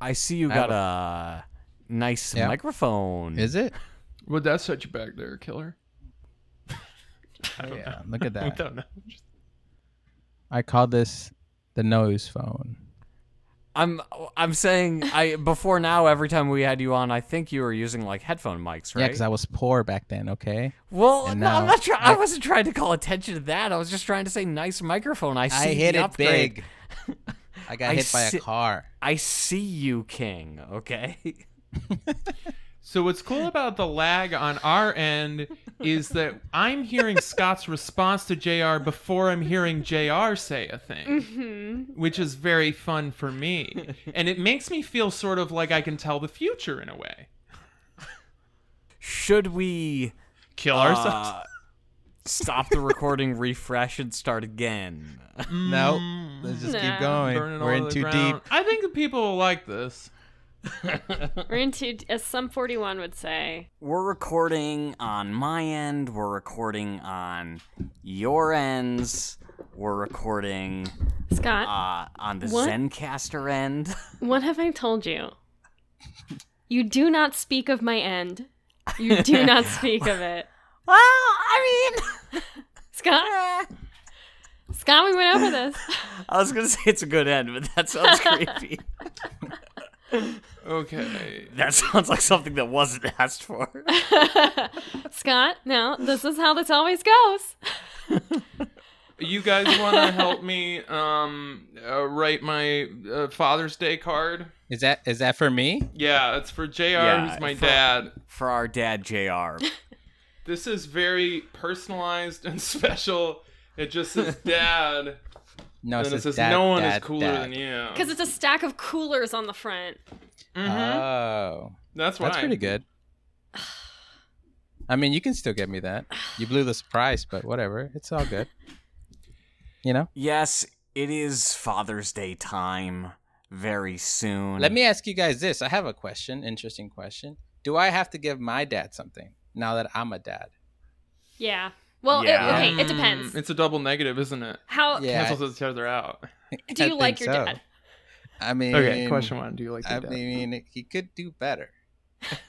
I see you got a nice Yeah. microphone. Is it? Well, that's such a back there, killer. I don't yeah. Look at I that. don't know. Just- I call this the nose phone. I'm I'm saying I before now every time we had you on I think you were using like headphone mics, Yeah, right? because I was poor back then. Okay. well, no, and I'm now not trying. I I- wasn't trying to call attention to that. I was just trying to say nice microphone. I see I hit the it upgrade. big. I got I hit by si- a car. I see you, King. Okay. So what's cool about the lag on our end is that I'm hearing Scott's response to JR before I'm hearing JR say a thing, which is very fun for me. And it makes me feel sort of like I can tell the future in a way. Should we Kill Ah. uh, stop the recording, refresh, and start again? No, let's just Nah. keep going. Burn it all We're to in the too ground. deep. I think the people will like this. We're into, as some 41 would say, We're recording on my end. We're recording on your ends. We're recording Scott, uh, on the What? Zencaster end. what have I told you? You do not speak of my end. You do not speak of it. Well, I mean, Scott, Scott, we went over this. I was gonna say it's a good end, but that sounds creepy. Okay. that sounds like something that wasn't asked for. Scott, no, this is how this always goes. You guys want to help me um, uh, write my uh, Father's Day card? Is that is that for me? Yeah, it's for JR, Yeah, who's my for- dad. For our dad, Jr. This is very personalized and special. It just says dad, No, and it's it says dad, no one dad, is cooler dad. than you. Because it's a stack of coolers on the front. Mhm. Oh, Mm-hmm. that's why. Uh-huh. that's pretty good. I mean, you can still get me that. You blew the surprise, but whatever. It's all good. You know. Yes, it is Father's Day time very soon. Let me ask you guys this. I have a question. Interesting question. Do I have to give my dad something now that I'm a dad? Yeah. Well, it- Yeah. okay, it Mm, depends. It's a double negative, isn't it? How Yeah, Cancels each other out. do I you like think your so. dad? I mean, Okay, question one. Do you like I your dad? mean, he could do better.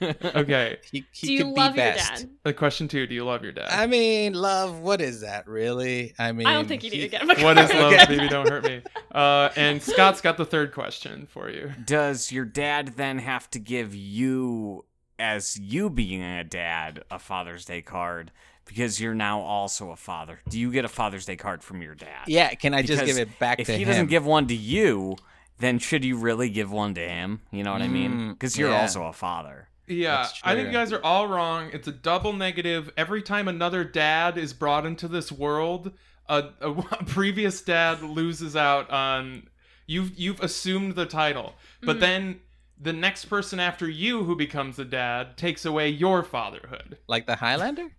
okay. He, he Do you could love be your best. dad? Uh, question two. Do you love your dad? I mean, love. What is that really? I mean, I don't think you need he- to get him a what is card. love, Okay. baby? Don't hurt me. Uh, and Scott's got the third question for you. Does your dad then have to give you, as you being a dad, a Father's Day card because you're now also a father? Do you get a Father's Day card from your dad? Yeah, can I just Because give it back If to he him? doesn't give one to you, then should you really give one to him? You know what I mean? Mm, Because you're yeah. also a father. Yeah, That's I think true. you guys are all wrong. It's a double negative. Every time another dad is brought into this world, a, a previous dad loses out on you've you've assumed the title, but then the next person after you who becomes a dad takes away your fatherhood. like the Highlander?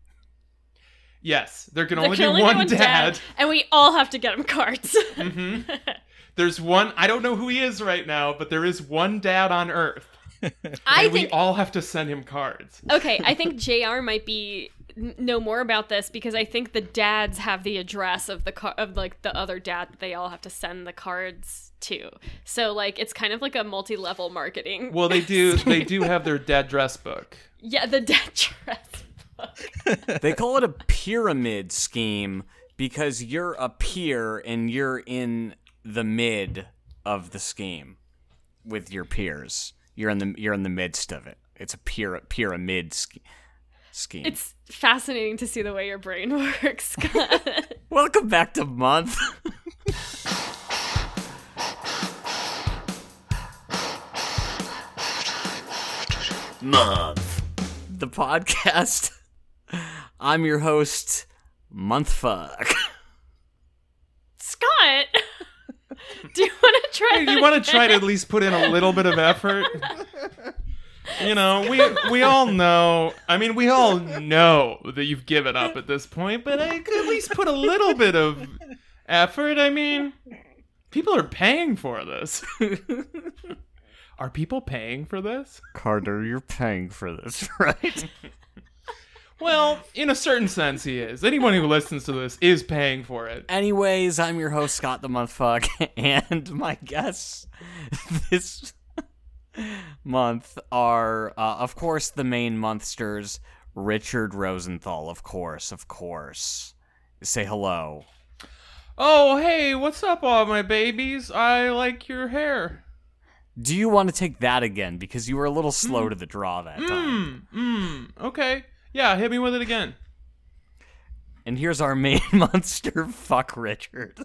Yes, there can There only can be one dad. and we all have to get him cards. hmm There's one. I don't know who he is right now, but there is one dad on Earth, I and we think all have to send him cards. okay, I think JR might be n- know more about this because I think the dads have the address of the car of like the other dad that they all have to send the cards to. So like it's kind of like a multi-level marketing. Well, they do. They do have their dad dress book. yeah, the dad dress. They call it a pyramid scheme because you're a peer and you're in the mid of the scheme with your peers. You're in the you're in the midst of it. It's a pyra- pyramid sch- scheme. It's fascinating to see the way your brain works. Scott. Welcome back to month. month. The podcast. I'm your host, Monthfuck. Scott, do you want to try? you want to try to at least put in a little bit of effort. You know, we we all know. I mean, we all know that you've given up at this point, but I could at least put a little bit of effort. I mean, people are paying for this. are people paying for this? Carter, you're paying for this, right? Well, in a certain sense, he is. Anyone who listens to this is paying for it. Anyways, I'm your host, Scott the Monthfuck, and my guest this month are, uh, of course, the main monsters. Richard Rosenthal, of course, of course. Say hello. Oh, hey, what's up, all my babies? I like your hair. Do you want to take that again? Because you were a little slow to the draw that time. Mm, mm, okay. Yeah, hit me with it again. And here's our main monster. Fuck Richard.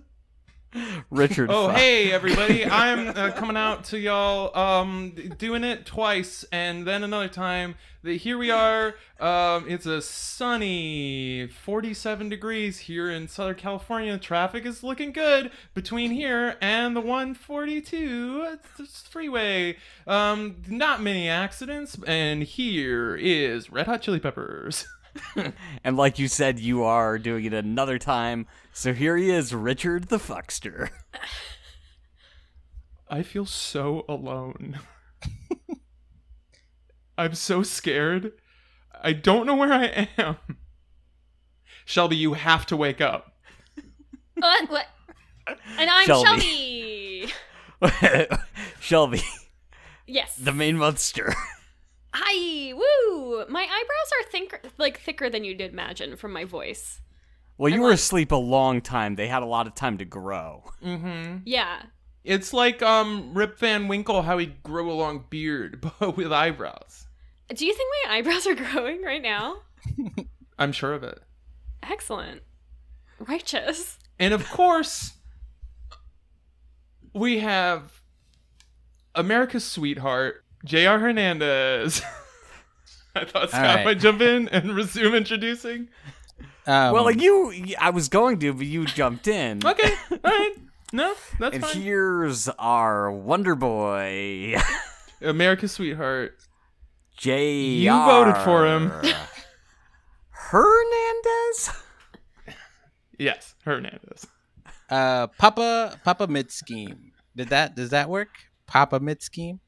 Richard. Oh, fuck. hey, everybody. I'm uh, coming out to y'all, um, doing it twice and then another time. The, here we are. Um, it's a sunny 47 degrees here in Southern California. Traffic is looking good between here and the 142 freeway. Um, not many accidents. And here is Red Hot Chili Peppers. And like you said, you are doing it another time. So here he is, Richard the Fuckster. I feel so alone. I'm so scared. I don't know where I am. Shelby, you have to wake up. What? What? And I'm Shelby. Shelby. Shelby, Yes. the main monster. Hi. Woo. My eyebrows are think like thicker than you'd imagine from my voice. Well, you I'm were like- asleep a long time. They had a lot of time to grow. Mm-hmm. Yeah. It's like um Rip Van Winkle how he grew a long beard, but with eyebrows. Do you think my eyebrows are growing right now? I'm sure of it. Excellent. Righteous. And of course, we have America's sweetheart, J.R. Hernandez. I thought Scott right. might jump in and resume introducing. Um, well, like you, I was going to, but you jumped in. Okay, all right. No, that's And fine. here's our Wonder Boy, America's sweetheart. J. voted for him. Hernandez. Yes, Hernandez. uh, Papa Papa Mid Scheme. Did that does that work? Papa Mid Scheme.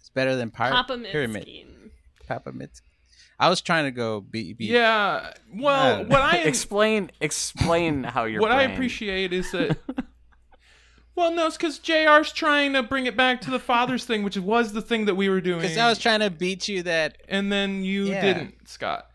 It's better than pir- Papa Pyramid. Minskin. Papa Mid. I was trying to go B B. Yeah. Well, Man. what I explain, explain how you're. what I appreciate is that. well, no, it's because Jr's trying to bring it back to the father's thing, which was the thing that we were doing. Because I was trying to beat you that and then you Yeah. didn't, Scott.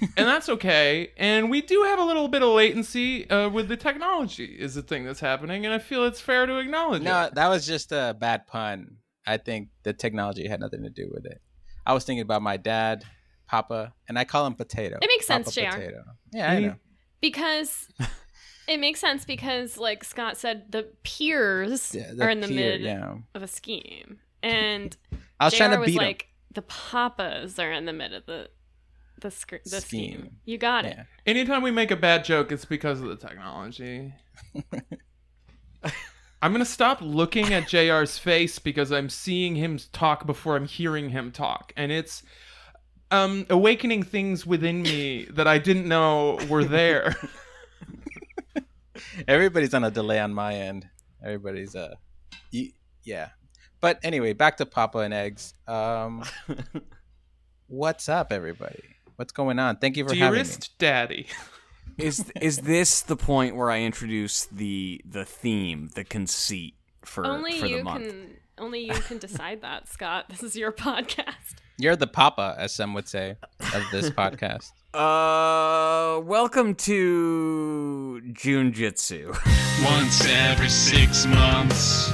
and that's okay. And we do have a little bit of latency uh, with the technology is the thing that's happening, and I feel it's fair to acknowledge it. No, that was just a bad pun. I think the technology had nothing to do with it. I was thinking about my dad, Papa, and I call him Potato. It makes sense, Papa JR. Potato. Yeah, I know. Because it makes sense because, like Scott said, the peers Yeah, are in the peer, mid Yeah. of a scheme, and I was JR trying to was beat like the papas are in the mid of the the, sc- the scheme. Scheme. You got him. it. Yeah. Anytime we make a bad joke, it's because of the technology. I'm gonna stop looking at JR's face because I'm seeing him talk before I'm hearing him talk, and it's um, awakening things within me that I didn't know were there. Everybody's on a delay on my end. Everybody's uh, y- yeah. But anyway, back to Papa and eggs. Um, what's up, everybody? What's going on? Thank you for having me. Dearest Daddy, is is this the point where I introduce the the theme, the conceit for only for the you month? can. Only you can decide that, Scott. This is your podcast. You're the Papa, as some would say, of this podcast. Uh, welcome to Junjutsu. Once every six months,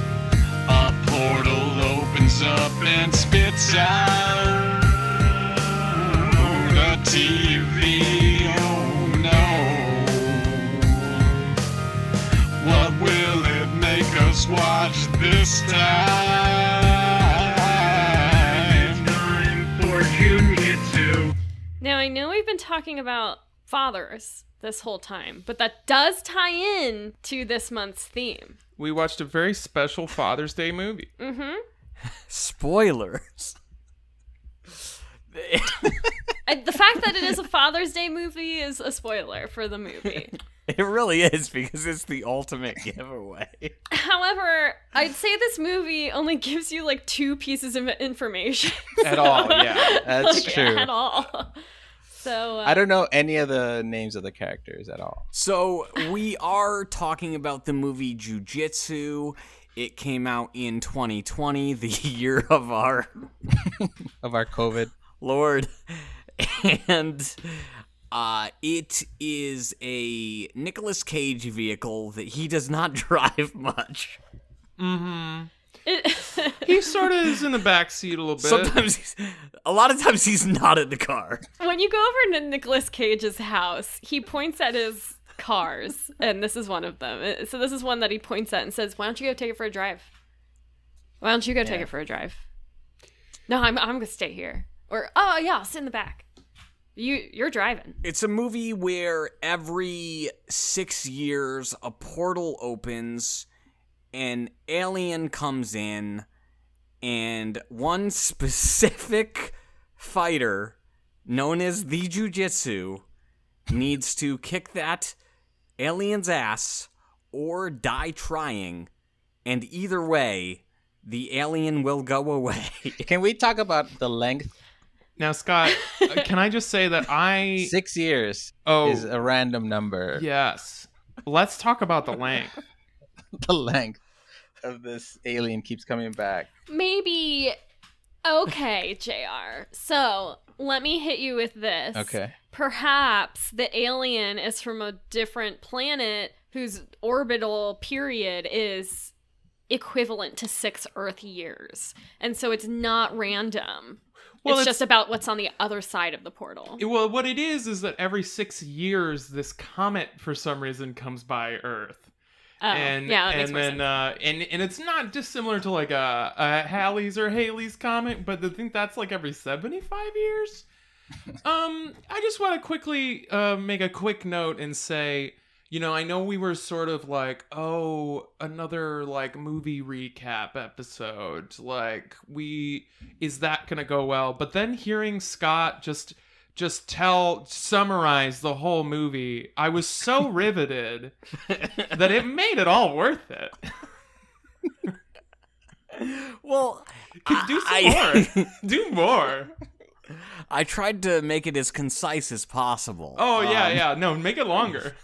a portal opens up and spits out a TV. Oh no. What will it make us watch this time? Time for Jujutsu. Now I know we've been talking about fathers this whole time, but that does tie in to this month's theme. we watched a very special Father's Day movie. Mm-hmm. Spoilers. the fact that it is a Father's Day movie is a spoiler for the movie. It really is because it's the ultimate giveaway. However, I'd say this movie only gives you like two pieces of information At all, yeah. That's Like, true. At all. So uh, I don't know any of the names of the characters at all. So we are talking about the movie Jujutsu. It came out in 2020, the year of our of our COVID. Lord. And uh, it is a Nicolas Cage vehicle that he does not drive much. It- He sort of is in the backseat a little bit. Sometimes, he's, a lot of times, he's not in the car. when you go over to Nicolas Cage's house, he points at his cars, and this is one of them. Uh, So this is one that he points at and says, "Why don't you go take it for a drive? Why don't you go take it for a drive? No, I'm I'm gonna stay here. Or oh yeah, I'll sit in the back. You you're driving. It's a movie where every six years a portal opens, an alien comes in, and one specific fighter, known as the Jujitsu, needs to kick that alien's ass or die trying. And either way, the alien will go away. Can we talk about the length? Now, Scott, uh, can I just say that I Six years oh is a random number. yes, let's talk about the length. The length of this alien keeps coming back. Maybe okay, Jr. So let me hit you with this. Okay. perhaps the alien is from a different planet whose orbital period is equivalent to six Earth years. And so it's not random. Well, it's, it's- just about what's on the other side of the portal. It- well, what it is is that every six years, this comet for some reason comes by Earth. Oh, and yeah, that and makes more then sense. uh and and it's not dissimilar to like a, a Halley's or Haley's comet, but I think that's like every 75 years. um I just want to quickly uh make a quick note and say, you know, I know we were sort of like, oh, another like movie recap episode. Like we is that going to go well? But then hearing Scott just just tell summarize the whole movie, I was so riveted that it made it all worth it. well, Could do some I- more. do more. I tried to make it as concise as possible. Oh yeah, Um, yeah. No, make it longer.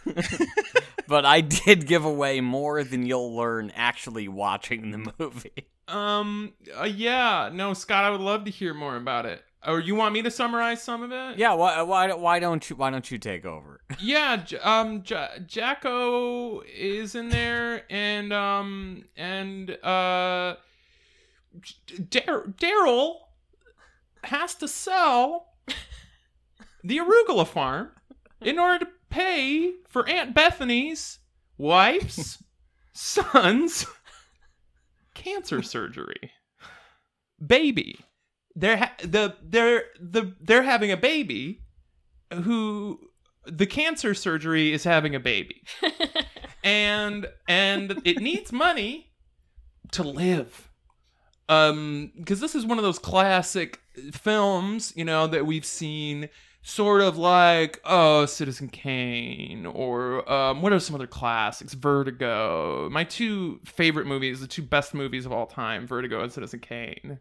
but I did give away more than you'll learn actually watching the movie. Um. uh, yeah. No, Scott. I would love to hear more about it. Or you want me to summarize some of it? Yeah, why why why don't you why don't you take over? Yeah. J- um. J- Jacko is in there, and um, and uh, J- Dar- Daryl has to sell the arugula farm in order to pay for Aunt Bethany's wife's son's cancer surgery. Baby, they're ha- the they're the they're having a baby who the cancer surgery is having a baby, and and it needs money to live um because this is one of those classic films you know that we've seen sort of like oh citizen kane or um what are some other classics vertigo my two favorite movies the two best movies of all time vertigo and citizen kane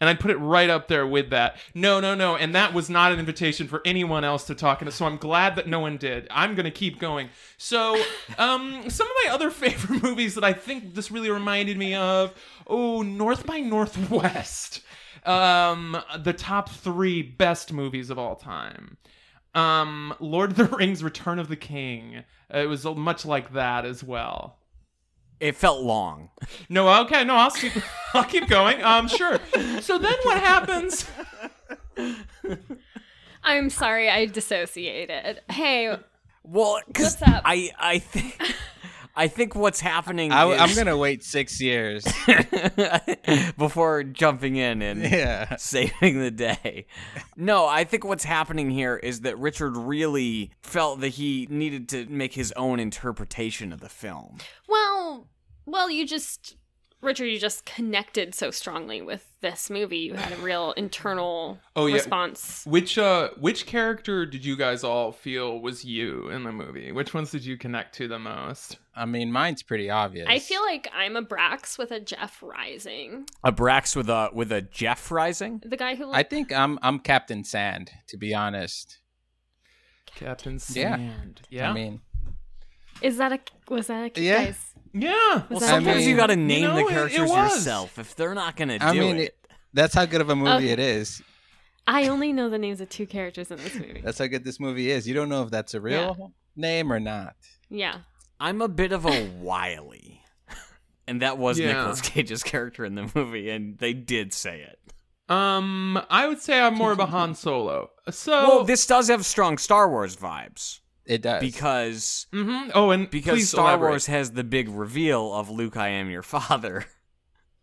and i'd put it right up there with that no no no and that was not an invitation for anyone else to talk and so i'm glad that no one did i'm gonna keep going so, um, some of my other favorite movies that I think this really reminded me of, oh, North by Northwest, um, the top three best movies of all time. Um, Lord of the Rings: Return of the King. Uh, It was much like that as well. It felt long. No, okay, no, I'll keep, I'll keep going. Um, sure. So then what happens? I'm sorry, I dissociated. Hey, Well, cuz What's up? I I think I think what's happening I, am is- gonna wait six years. before jumping in and yeah. saving the day. No, I think what's happening here is that Richard really felt that he needed to make his own interpretation of the film. well, well, you just Richard, you just connected so strongly with this movie. You had a real internal Oh, yeah. response. Which uh, which character did you guys all feel was you in the movie? Which ones did you connect to the most? I mean, mine's pretty obvious. I feel like I'm a Brax with a Jeff Rising. A Brax with a with a Jeff rising. The guy who I think I'm I'm Captain Sand, to be honest. Captain Yeah. Sand. Yeah. I mean, Is that a was that a Yeah. guys? Yeah. Was Well, that a- sometimes mean- you got to name know, the it- it characters was. yourself if they're not going to do I mean, it. that's how good of a movie Okay. it is. I only know the names of two characters in this movie. That's how good this movie is. You don't know if that's a real name or not. yeah. I'm a bit of a wily. And that was Yeah. Nicolas Cage's character in the movie, and they did say it. Um, I would say I'm more of a Han Solo. So. well, this does have strong Star Wars vibes It does. because hmm Oh, and because please Star elaborate. Wars has the big reveal of Luke, I am your father,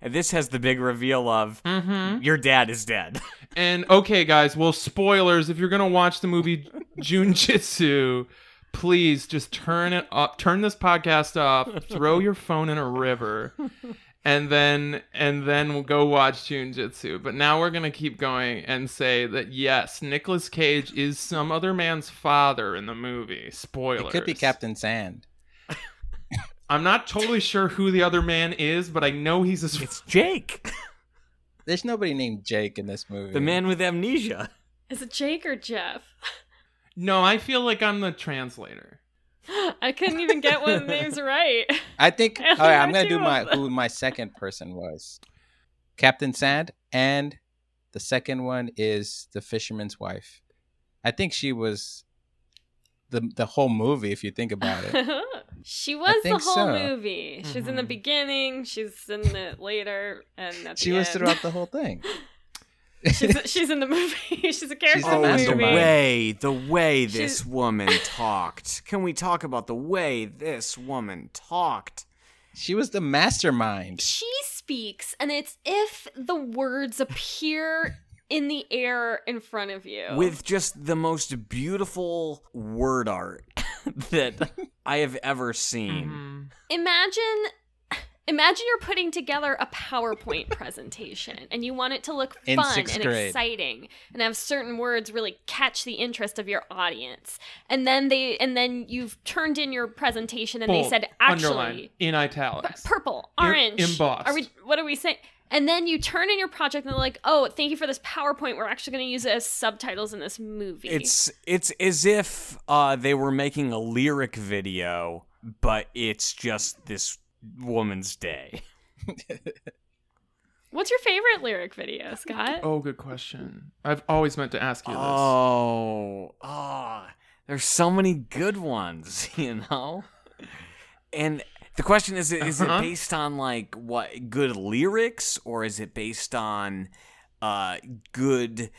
and this has the big reveal of Mhm. your dad is dead. And okay, guys. Well, spoilers. If you're gonna watch the movie Junjitsu, please just turn it up. Turn this podcast off. Throw your phone in a river, and then and then we'll go watch Junjitsu. But now we're gonna keep going and say that yes, Nicolas Cage is some other man's father in the movie. Spoilers. it could be Captain Sand. I'm not totally sure who the other man is, but I know he's a. It's Jake, There's nobody named Jake in this movie. the man with amnesia. Is it Jake or Jeff? No, I feel like I'm the translator. I couldn't even get one of the names right. I think. I All right, I'm don't gonna do know my too. who my second person was, Captain Sand, and the second one is the fisherman's wife. I think she was the the whole movie. If you think about it, she was the think whole so. Mm-hmm. movie. She's in the Mhm. beginning. She's in it later, and at she the was end. throughout the whole thing. she's, she's in the movie. she's a character She's in the Oh, and the the movie. mastermind. way the way this She's- woman talked. Can we talk about the way this woman talked? She was the mastermind. She speaks, and it's if the words appear in the air in front of you. with just the most beautiful word art that Mm-hmm. I have ever seen. imagine imagine you're putting together a powerpoint presentation and you want it to look In fun sixth and grade. exciting and have certain words really catch the interest of your audience and then they and then you've turned in your presentation and they Bold, said underline, actually in italics. purple Em- orange embossed. are we what are we saying and then you turn in your project and they're like oh thank you for this powerpoint we're actually going to use it as subtitles in this movie It's it's as if uh, they were making a lyric video, but it's just this woman's day. what's your favorite lyric video scott Oh, good question. I've always meant to ask you this. Oh, ah, there's so many good ones, you know. And the question is, is Uh-huh. it based on like what good lyrics, or is it based on uh, good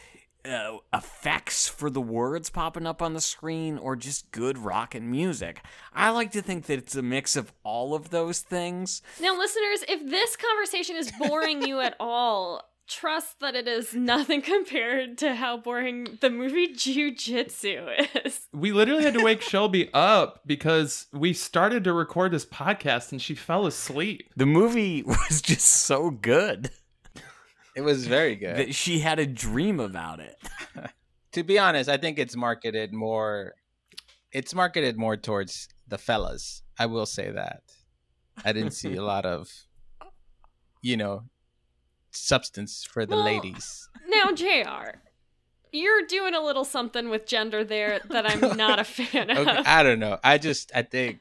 uh, effects for the words popping up on the screen, or just good rock and music? I like to think that it's a mix of all of those things. Now, listeners, if this conversation is boring you at all, trust that it is nothing compared to how boring the movie Jujitsu is. We literally had to wake Shelby up because we started to record this podcast and she fell asleep. The movie was just so good It was very good. that she had a dream about it. to be honest, I think it's marketed more. It's marketed more towards the fellas. I will say that. I didn't see a lot of, you know, substance for the Well- ladies. Now, JR, you're doing a little something with gender there that I'm not a fan of. Okay, I don't know. I just I think.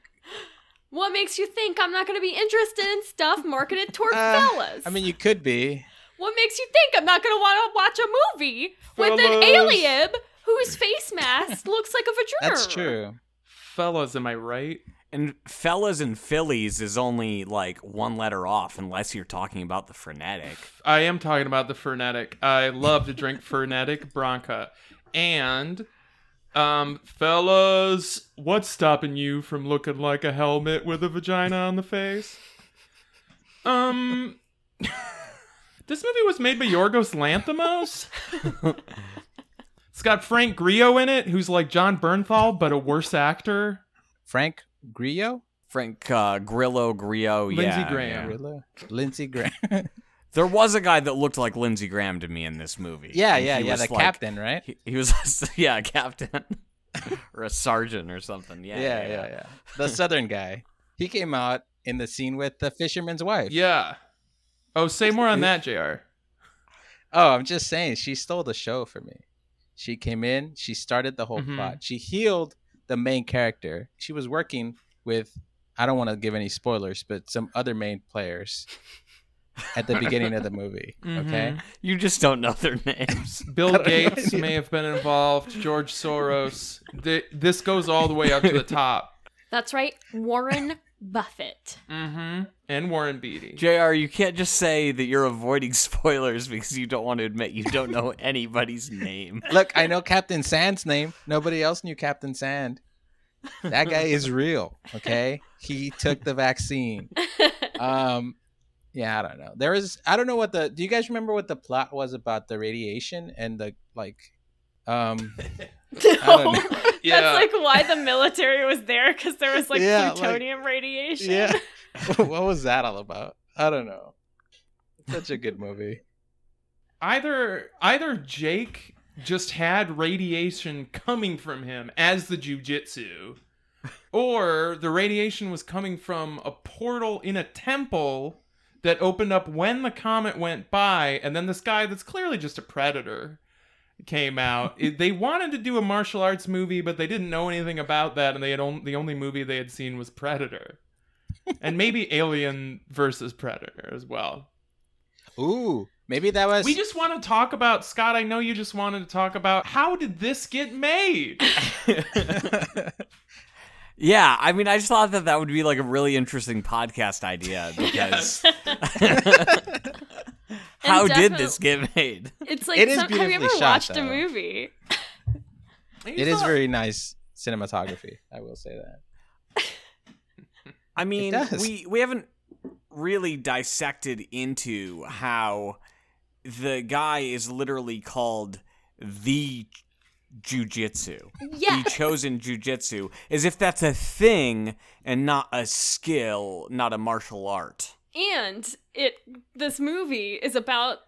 What makes you think I'm not going to be interested in stuff marketed toward Uh, fellas? I mean, you could be. what makes you think I'm not going to want to watch a movie with an Fellas. alien whose face mask looks like a vagina? That's true. Fellas, am I right? And fellas and fillies is only like one letter off, unless you're talking about the frenetic. I am talking about the Fernetic. I love to drink Fernetic Bronca. And, um, fellas, what's stopping you from looking like a helmet with a vagina on the face? Um, this movie was made by Yorgos Lanthimos. it's got Frank Grillo in it, who's like John Bernthal, but a worse actor. Frank Grillo. Frank uh, Grillo Griot, Lindsey yeah, Graham. yeah. Grillo? Lindsey Graham. There was a guy that looked like Lindsey Graham to me in this movie. yeah, And yeah, he yeah. was The like- captain, right? He, he was, yeah, a captain or a sergeant or something. Yeah, yeah, yeah, yeah, The southern guy. He came out in the scene with the fisherman's wife. Yeah. Oh, say more on that, JR. Oh, I'm just saying, she stole the show for me. She came in, she started the whole Mhm. plot. She healed the main character. She was working with I don't want to give any spoilers, but some other main players at the beginning of the movie. Okay. You just don't know their names. Bill Gates may have been involved. George Soros. Th this goes all the way up to the top. That's right, Warren Buffett. Mm-hmm. And Warren Beatty. JR, you can't just say that you're avoiding spoilers because you don't want to admit you don't know anybody's name. Look, I know Captain Sand's name. Nobody else knew Captain Sand. That guy is real. Okay. He took the vaccine. Um yeah, I don't know. There is I don't know what the do you guys remember what the plot was about the radiation and the like um No. don't know. Yeah. That's like why the military was there because there was like Yeah, like- plutonium radiation. Yeah. what was that all about? I don't know. Such a good movie. either either Jake just had radiation coming from him as the jujitsu, or the radiation was coming from a portal in a temple that opened up when the comet went by, and then this guy that's clearly just a predator came out. It- they wanted to do a martial arts movie, but they didn't know anything about that, and they had on, the only movie they had seen was Predator. and maybe Alien versus Predator as well. Ooh, maybe that was We just want to talk about Scott. I know you just wanted to talk about how did this get made? Yeah, I mean, I just thought that that would be like a really interesting podcast idea because how did this get made? It's like It is some, have you ever beautifully shot, watched a though. movie? It is very nice cinematography. I will say that. I mean, does. we we haven't really dissected into how the guy is literally called the jujitsu. Yeah. The chosen jujitsu, as if that's a thing and not a skill, not a martial art. And it this movie is about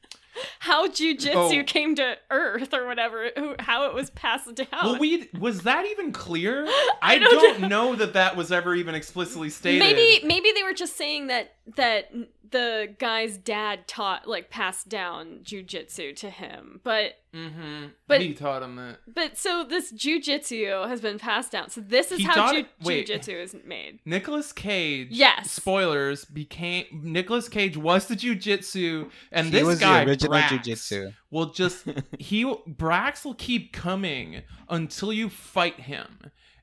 how jujitsu Oh. came to Earth or whatever, who- how it was passed down. Well, we was that even clear? I, don't don't, know that that was ever even explicitly stated. maybe maybe they were just saying that that the guy's dad taught like passed down jujitsu to him, but Mm-hmm. But- he taught him that. But so this jujitsu has been passed down. So this is He how taught ju- it- wait. jujitsu is made. Nicolas Cage. Yes. Spoilers became Nicolas Cage was the jujitsu, and He this was the guy original Brax, jujitsu. Will just he Brax will keep coming until you fight him,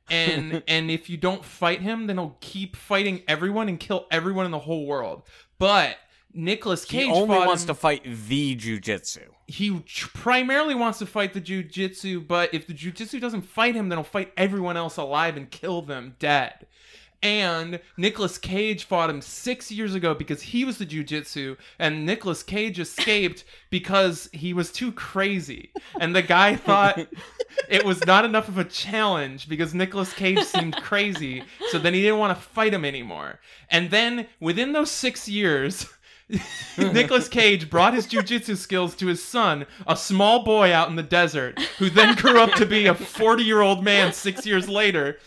and and if you don't fight him, then he'll keep fighting everyone and kill everyone in the whole world. But Nicolas Cage he only fought wants him- to fight the jujitsu. he tr- primarily wants to fight the jujitsu, but if the jujitsu doesn't fight him, then he'll fight everyone else alive and kill them dead. And Nicolas Cage fought him six years ago because he was the jujitsu, and Nicolas Cage escaped because he was too crazy. And the guy thought it was not enough of a challenge because Nicolas Cage seemed crazy, so then he didn't want to fight him anymore. And then within those six years, Nicolas Cage brought his jujitsu skills to his son, a small boy out in the desert, who then grew up to be a 40 year old man six years later.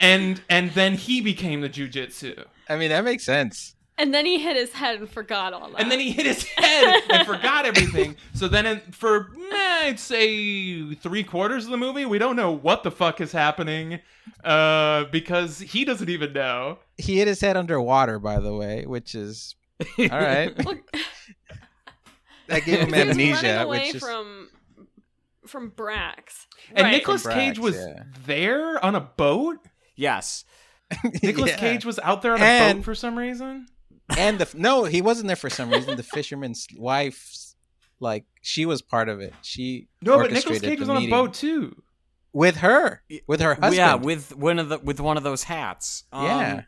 And and then he became the jujitsu. I mean, that makes sense. And then he hit his head and forgot all that. And then he hit his head and forgot everything. So then, in, for eh, I'd say three quarters of the movie, we don't know what the fuck is happening uh, because he doesn't even know. He hit his head underwater, by the way, which is all right. Look, that gave him he was running amnesia, away which is from from Brax. And right. Nicolas From Brax, Cage was yeah. there on a boat. Yes. Nicolas Yeah. Cage was out there on a And- boat for some reason. and the no, he wasn't there for some reason. The fisherman's wife, like she was part of it. She No, but Nicolas orchestrated Cage the was on a meeting. boat too. with her, with her husband. Yeah, with one of the with one of those hats. Um, yeah.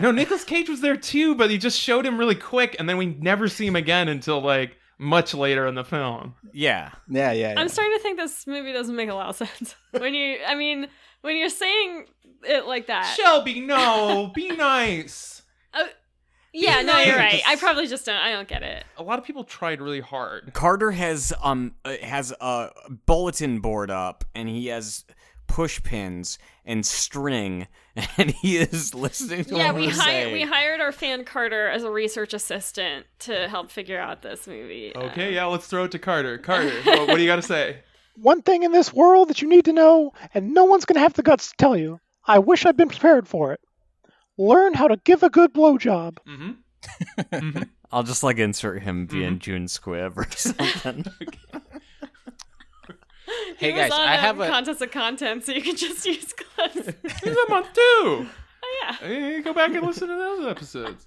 No, Nicolas Cage was there too, but he just showed him really quick, and then we never see him again until like much later in the film. Yeah. yeah, yeah, yeah. I'm starting to think this movie doesn't make a lot of sense. When you, I mean, when you're saying it like that. Shelby, no, be nice. Yeah, no, you're right. I Yes. probably just don't. I don't get it. A lot of people tried really hard. Carter has um uh, has a bulletin board up and he has push pins and string and he is listening to Yeah, what we we're hired saying. we hired our fan Carter as a research assistant to help figure out this movie. Okay, yeah, let's throw it to Carter. Carter, what, what do you got to say? one thing in this world that you need to know, and no one's going to have the guts to tell you. I wish I'd been prepared for it. Learn how to give a good blowjob. Mm-hmm. I'll just like insert him being June Squibb or something. Hey, He was guys, on, I um, have a- contest of content, so you can just use clips. He's a month too. oh, yeah. Hey, go back and listen to those episodes.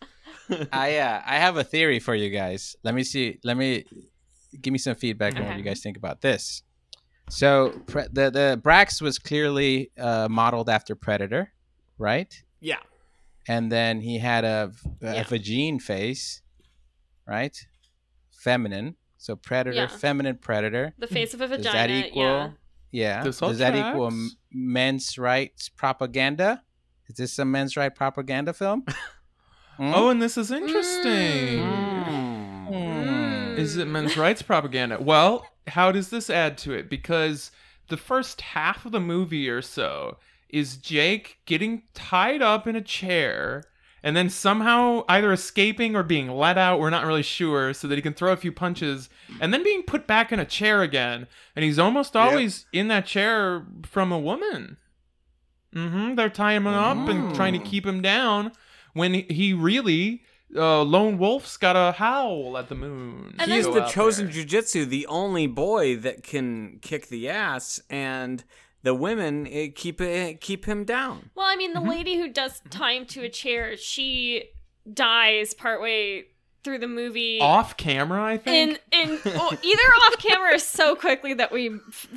I uh, I have a theory for you guys. Let me see. Let me give me some feedback on what Okay. you guys think about this. So pre- the the Brax was clearly uh, modeled after Predator, right? yeah. And then he had a, v- a Yeah. vagine face, right? Feminine. So Predator, Yeah. feminine Predator. The face of a Does vagina. Hmm. that equal? Yeah. Yeah. This all Does that equal tracks. m- men's rights propaganda? Is this a men's right propaganda film? Hmm? Oh, and this is interesting. Oh, Hmm. Is Mm. it men's rights propaganda? Well, how does this add to it? Because the first half of the movie or so is Jake getting tied up in a chair and then somehow either escaping or being let out, we're not really sure, so that he can throw a few punches and then being put back in a chair again. And he's almost always in that chair from a woman. Mm-hmm. They're tying him up and trying to Mm. keep him down when he really uh, lone wolf's got to howl at the moon. And Go He's then- the out chosen there. jujitsu, the only boy that can kick the ass, and the women eh, keep it, keep him down. Well, I mean, Mm-hmm. the lady who does time to a chair, she dies partway through the movie. off camera, I think. in in oh, either off camera or so quickly that we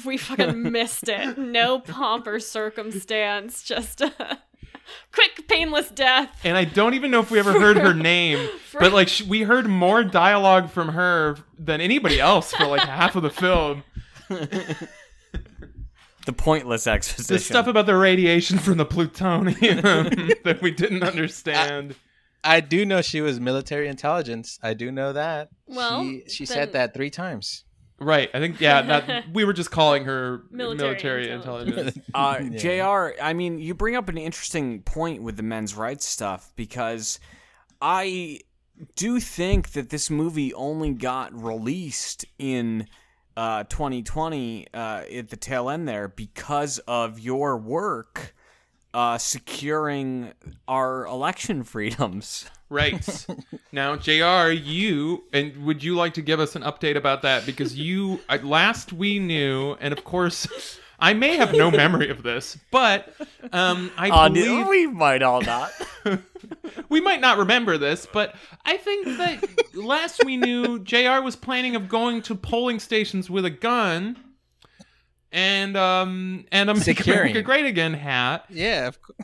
we fucking missed it. No pomp or circumstance, just a quick painless death. and I don't even know if we ever heard her name, but like sh- we heard more dialogue from her than anybody else for like half of the film. The pointless The exposition. stuff about the radiation from the plutonium that we didn't understand. I do know she was military intelligence. I do know that. Well, she, she then- said that three times. Right, I think yeah, that we were just calling her military, Military intelligence. intelligence. uh, Jr. I mean, you bring up an interesting point with the men's rights stuff because I do think that this movie only got released in uh, 2020 uh, at the tail end there because of your work uh, securing our election freedoms. Right. now, JR, you and would you like to give us an update about that because you I- last we knew and of course I may have no memory of this, but um I Uh, believe we might all not. we might not remember this, but I think that last we knew, JR was planning of going to polling stations with a gun and um and a Make Securing. America Great Again hat Yeah, of course.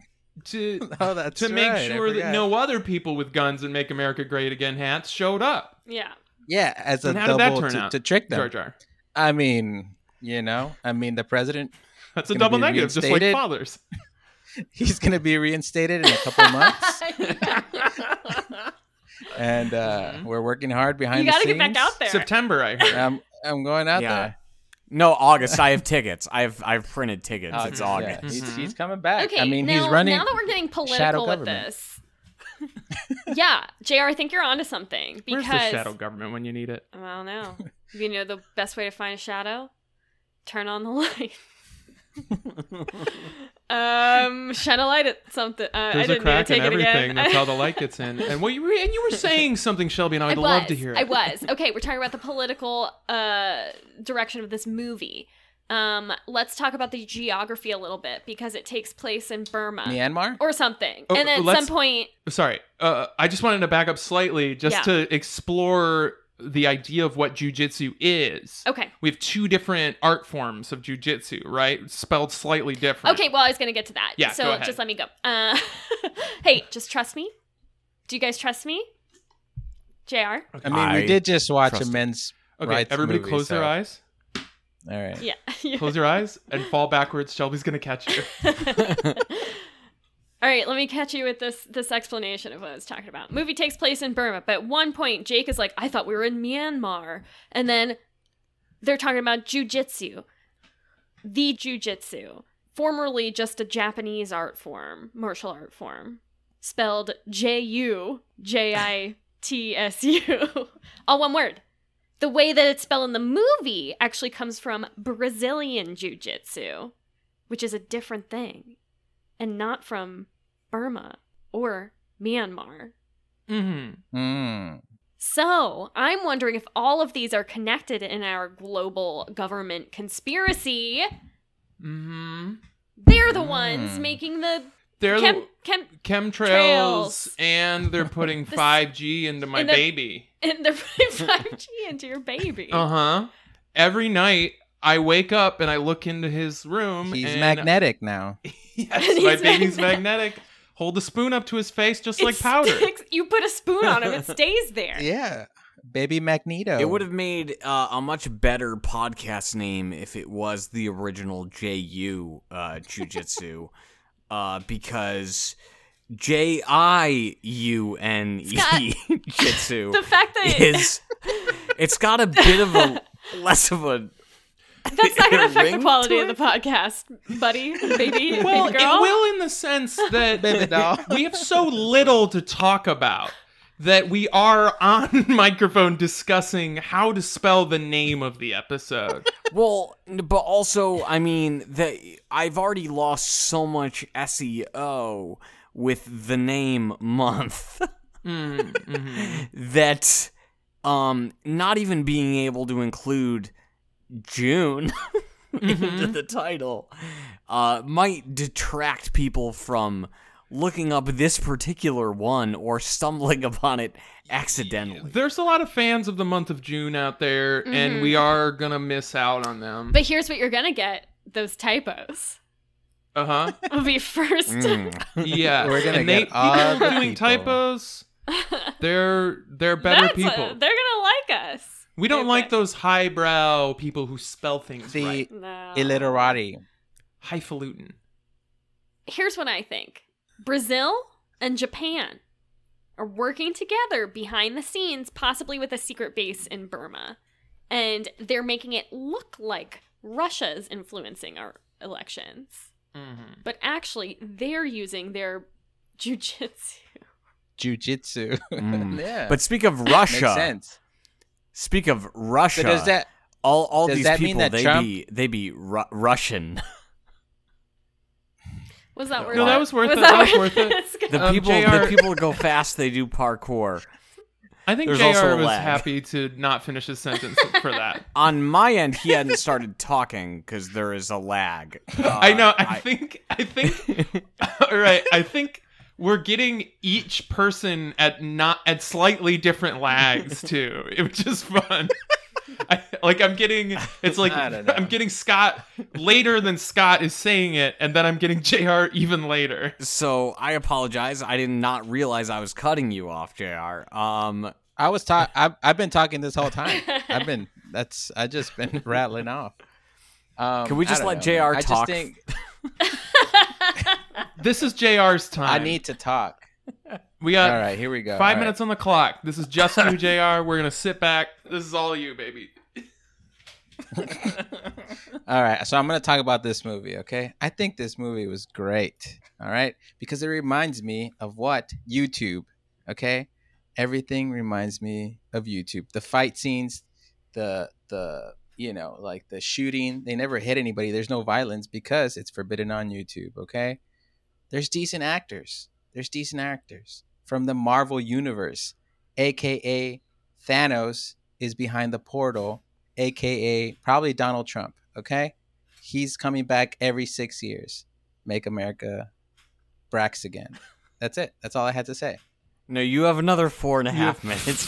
to Oh, that's to make right. I sure that forgot. no other people with guns and Make America Great Again hats showed up. Yeah. Yeah, as a And how did double that turn to, out? to trick them. Jar Jar. I mean, you know, I mean, the president, That's a Gonna double be negative, just like reinstated? fathers. he's gonna be reinstated in a couple months, and uh, we're working hard behind Mm-hmm. you the gotta scenes. get back out there. September, I heard. I'm, I'm going out Yeah. there. No, August. I have tickets. I've I've printed tickets. Oh, it's yeah, August. He's, he's coming back. Mm-hmm. Okay, I mean, now, he's running. now that we're getting shadow political with government. this. yeah, JR, I think you're onto something because Where's the shadow government when you need it? I don't know. You know the best way to find a shadow? Turn on the light. um, shine a light at something. Uh, I There's a didn't crack need in to take it everything. again. That's how the light gets in. And what you were, and you were saying something, Shelby, and I would I was. love to hear it. I was. Okay, we're talking about the political uh, direction of this movie. Um, let's talk about the geography a little bit because it takes place in Burma Myanmar. or something. Oh, and then at let's- some point, sorry uh, i just wanted to back up slightly just Yeah. to explore the idea of what jujitsu is okay, we have two different art forms of jujitsu right spelled slightly different okay. Well, I was gonna get to that. Yeah, So go ahead. just let me go. Uh, hey, just trust me. Do you guys trust me? Jr. I mean, I we did just watch a trust it. men's. okay rights everybody movie, close their so- eyes All right. Yeah. yeah. close your eyes and fall backwards shelby's gonna catch you All right, let me catch you with this this explanation of what I was talking about. Movie takes place in Burma, but at one point Jake is like, "I thought we were in Myanmar," and then they're talking about jujitsu, the jujitsu, formerly just a Japanese art form, martial art form, spelled J U J I T S U, all one word. the way that it's spelled in the movie actually comes from Brazilian Jiu Jitsu, which is a different thing and not from Burma or Myanmar. Mm-hmm. Mm. So I'm wondering if all of these are connected in our global government conspiracy. Mm-hmm. They're the ones Hmm. making the They're chem, the chem, chemtrails, Trails. and they're putting This- 5G into my and the- baby. and they're putting 5G into your baby. Uh huh. Every night I wake up and I look into his room. He's Um, and- magnetic now. yes, And my he's baby's magnetic. magnetic. Hold a spoon up to his face just It like powder. sticks- you put a spoon on him, it stays there. Yeah. Baby Magneto. It would have made uh, a much better podcast name if it was the original JU uh, Jiu Jitsu, uh, because J I U N E Jitsu The fact that is. It's got a bit of a less of a. that's not going to affect ring the quality to of the podcast, buddy, baby, Well, baby girl. it will in the sense that Baby doll. we have so little to talk about that we are on microphone discussing how to spell the name of the episode. Well, n- but also, I mean, that I've already lost so much SEO with the name month. Mm, mm-hmm. mhm. that um not even being able to include June Mm-hmm. into the title uh might detract people from looking up this particular one or stumbling upon it accidentally. There's a lot of fans of the month of June out there, and Mm-hmm. we are gonna miss out on them. But here's what you're going to get those typos. Uh huh. Will be first. Yeah, We're gonna get and they, people all are the doing people. typos. Hmm. They're they're better That's a- people. they're going to like us. we don't they're like be- those highbrow people who spell things The right. No. uh, illiterati. Highfalutin. here's what I think Brazil and Japan are working together behind the scenes, possibly with a secret base in Burma. And they're making it look like Russia's influencing our elections. Mm-hmm. Mhm. But actually, they're using their jujitsu. Jujitsu. Mm. yeah. But speak of makes Russia, sense. speak of So Russia, does that all all does these that mean people that they Trump- be they be Ru- Russian. Was that worth it? No, that was worth it. That was worth it. It's good. The Um, people JR the people go fast, they do parkour. I think There's JR also a was lag. happy to not finish his sentence for that. on my end he hadn't started talking because there is a lag Uh, I know. I, think. I think. all right. I think we're getting each person at not at slightly different lags too, which is fun. I, like I'm getting. It's like I don't know. I'm getting Scott later than Scott is saying it, and then I'm getting Jr. even later. so i apologize i did not realize i was cutting you off jr um I was talk I've I've been talking this whole time. I've been that's I just been rattling off. Um, Can we I just don't let know, JR man. I talk? Just think This is Jr.'s time. I need to talk. We Uh, got All right, here we go. five All minutes on the clock. This is just you, Jr. We're gonna sit back. This is all you, baby. All right, so I'm going to talk about this movie, okay? I think this movie was great, all right? Because it reminds me of what? YouTube, okay? Everything reminds me of YouTube. The fight scenes, the the you know, like the shooting, they never hit anybody. There's no violence because it's forbidden on YouTube, okay? There's decent actors. There's decent actors from the Marvel universe, aka Thanos is behind the portal aka probably Donald Trump. Okay, he's coming back every six years. Make America Brax again. That's it. That's all I had to say. no you have another four and a You half have minutes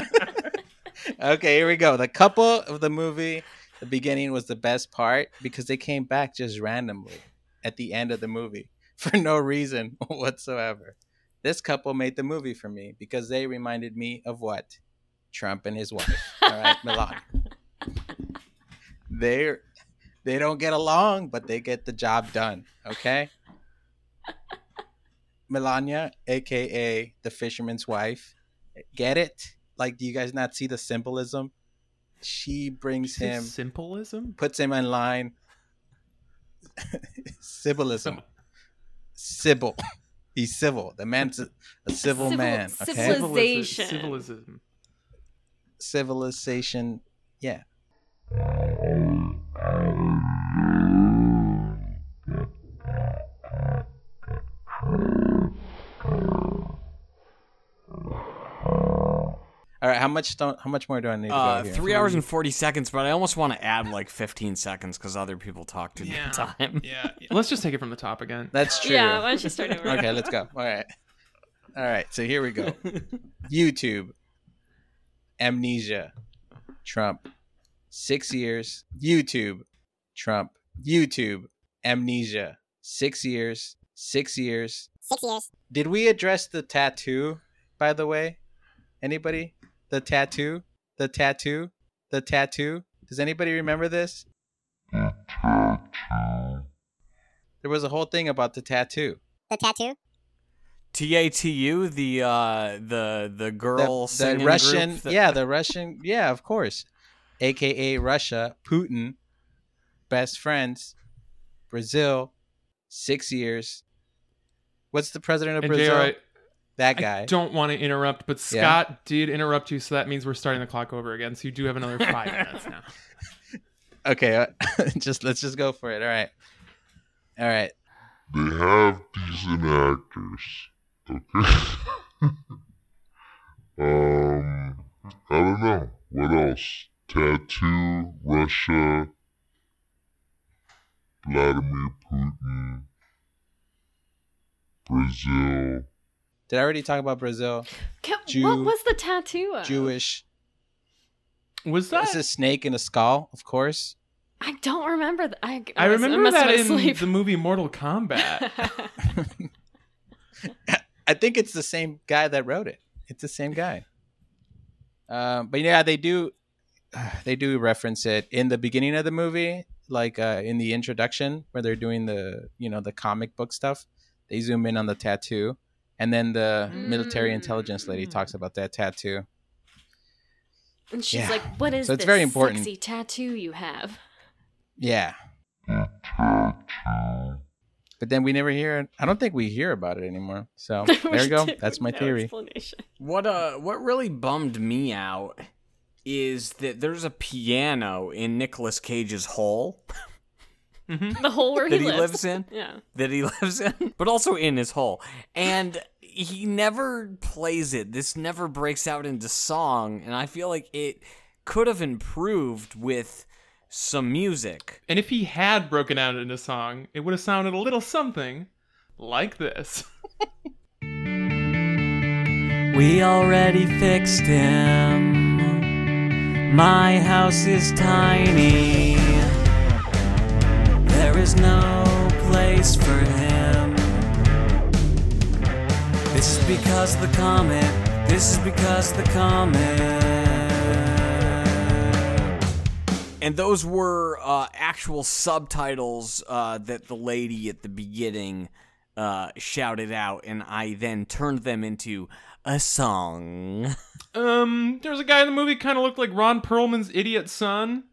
JR. Okay, here we go. The couple of the movie, the beginning was the best part because they came back just randomly at the end of the movie for no reason whatsoever. This couple made the movie for me because they reminded me of what? Trump and his wife. All right, Milan. They they don't get along, but they get the job done. Okay. Melania, aka the fisherman's wife, get it? Like, do you guys not see the symbolism? She brings him, Simplism. puts him in line. Symbolism. Sybil. He's civil. The man's a, a civil, Civil- man. Okay. civilization. Civilism. civilization. Yeah. All right, how much don't how much more do I need to Uh, go here? three hours and forty seconds, but I almost want to add like fifteen seconds because other people talk to Yeah. time. Yeah. Let's just take it from the top again. That's true. Yeah, why don't you start over? okay, let's go. All right. All right, so here we go. YouTube. Amnesia. Trump. Six years. YouTube. Trump. YouTube. Amnesia. Six years. Six years. Six years. Did we address the tattoo, by the way? Anybody? The tattoo? The tattoo? The tattoo? Does anybody remember this? There was a whole thing about the tattoo. The tattoo. T A T U, the uh, the the the- girl the, singing Russian, group that- yeah, the Russian, yeah, of course, aka Russia, Putin, best friends, Brazil, six years. What's the president of And Brazil? JR, I, that I guy. don't want to interrupt, but Yeah. Scott did interrupt you, so that means we're starting the clock over again. So you do have another five minutes now. Okay, uh, just let's just go for it. All right, all right. They have decent actors. Okay. um, I don't know. What else? Tattoo, Russia, Vladimir Putin, Brazil. Did I already talk about Brazil? Ca- Jew- what was the tattoo? Of? Jewish. Was that? It's a snake and a skull, of course. I don't remember. Th- I, I must- remember must have that been in asleep. the movie Mortal Kombat. I think it's the same guy that wrote it. It's the same guy. Um, but yeah, they do, they do reference it in the beginning of the movie, like uh, in the introduction where they're doing the you know the comic book stuff. They zoom in on the tattoo, and then the military intelligence lady talks about that tattoo. and she's Yeah. like, "What is So it's this very important. sexy tattoo you have?" Yeah, but then we never hear. it. I don't think we hear about it anymore. So there you go. That's my No theory. explanation. What uh what really bummed me out is that there's a piano in Nicolas Cage's hole Mm-hmm. The hole where that he, he lives. lives in. Yeah. that he lives in, but also in his hole. And he never plays it. This never breaks out into song, and I feel like it could have improved with some music. and if he had broken out into song, it would have sounded a little something like this. We already fixed him. My house is tiny. There is no place for him. This is because the comet. This is because the comet. And those were uh, actual subtitles uh, that the lady at the beginning uh, shouted out, and I then turned them into a song. Um, there's a guy in the movie kind of looked like Ron Perlman's idiot son.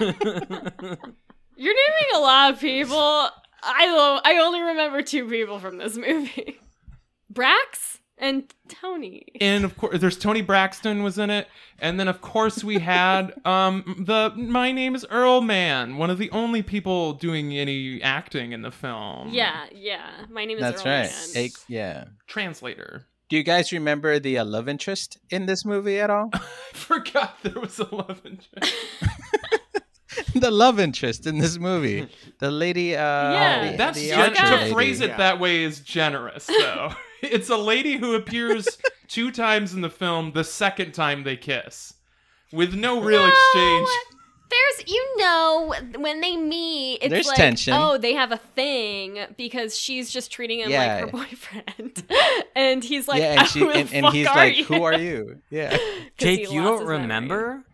You're naming a lot of people. I lo- I only remember two people from this movie. Brax and Tony. and of course there's Tony Braxton was in it, and then of course we had um the my name is Earl Man, one of the only people doing any acting in the film. Yeah, yeah. My name is That's Earl right. Man. Take- yeah. translator. Do you guys remember the uh, love interest in this movie at all? I forgot there was a love interest. the love interest in this movie. The lady. Uh, Yeah. the, That's the gen- archer Scott. to lady. phrase it Yeah. that way is generous though. it's a lady who appears two times in the film. The second time they kiss, with no real exchange. There's, you know, when they meet, it's There's like, tension. oh, they have a thing because she's just treating him Yeah. like her boyfriend, and he's like, yeah, and, "Who the and, and fuck he's are like, you?" "Who are you?" Yeah, 'Cause he Jake, you lost don't his memory. remember?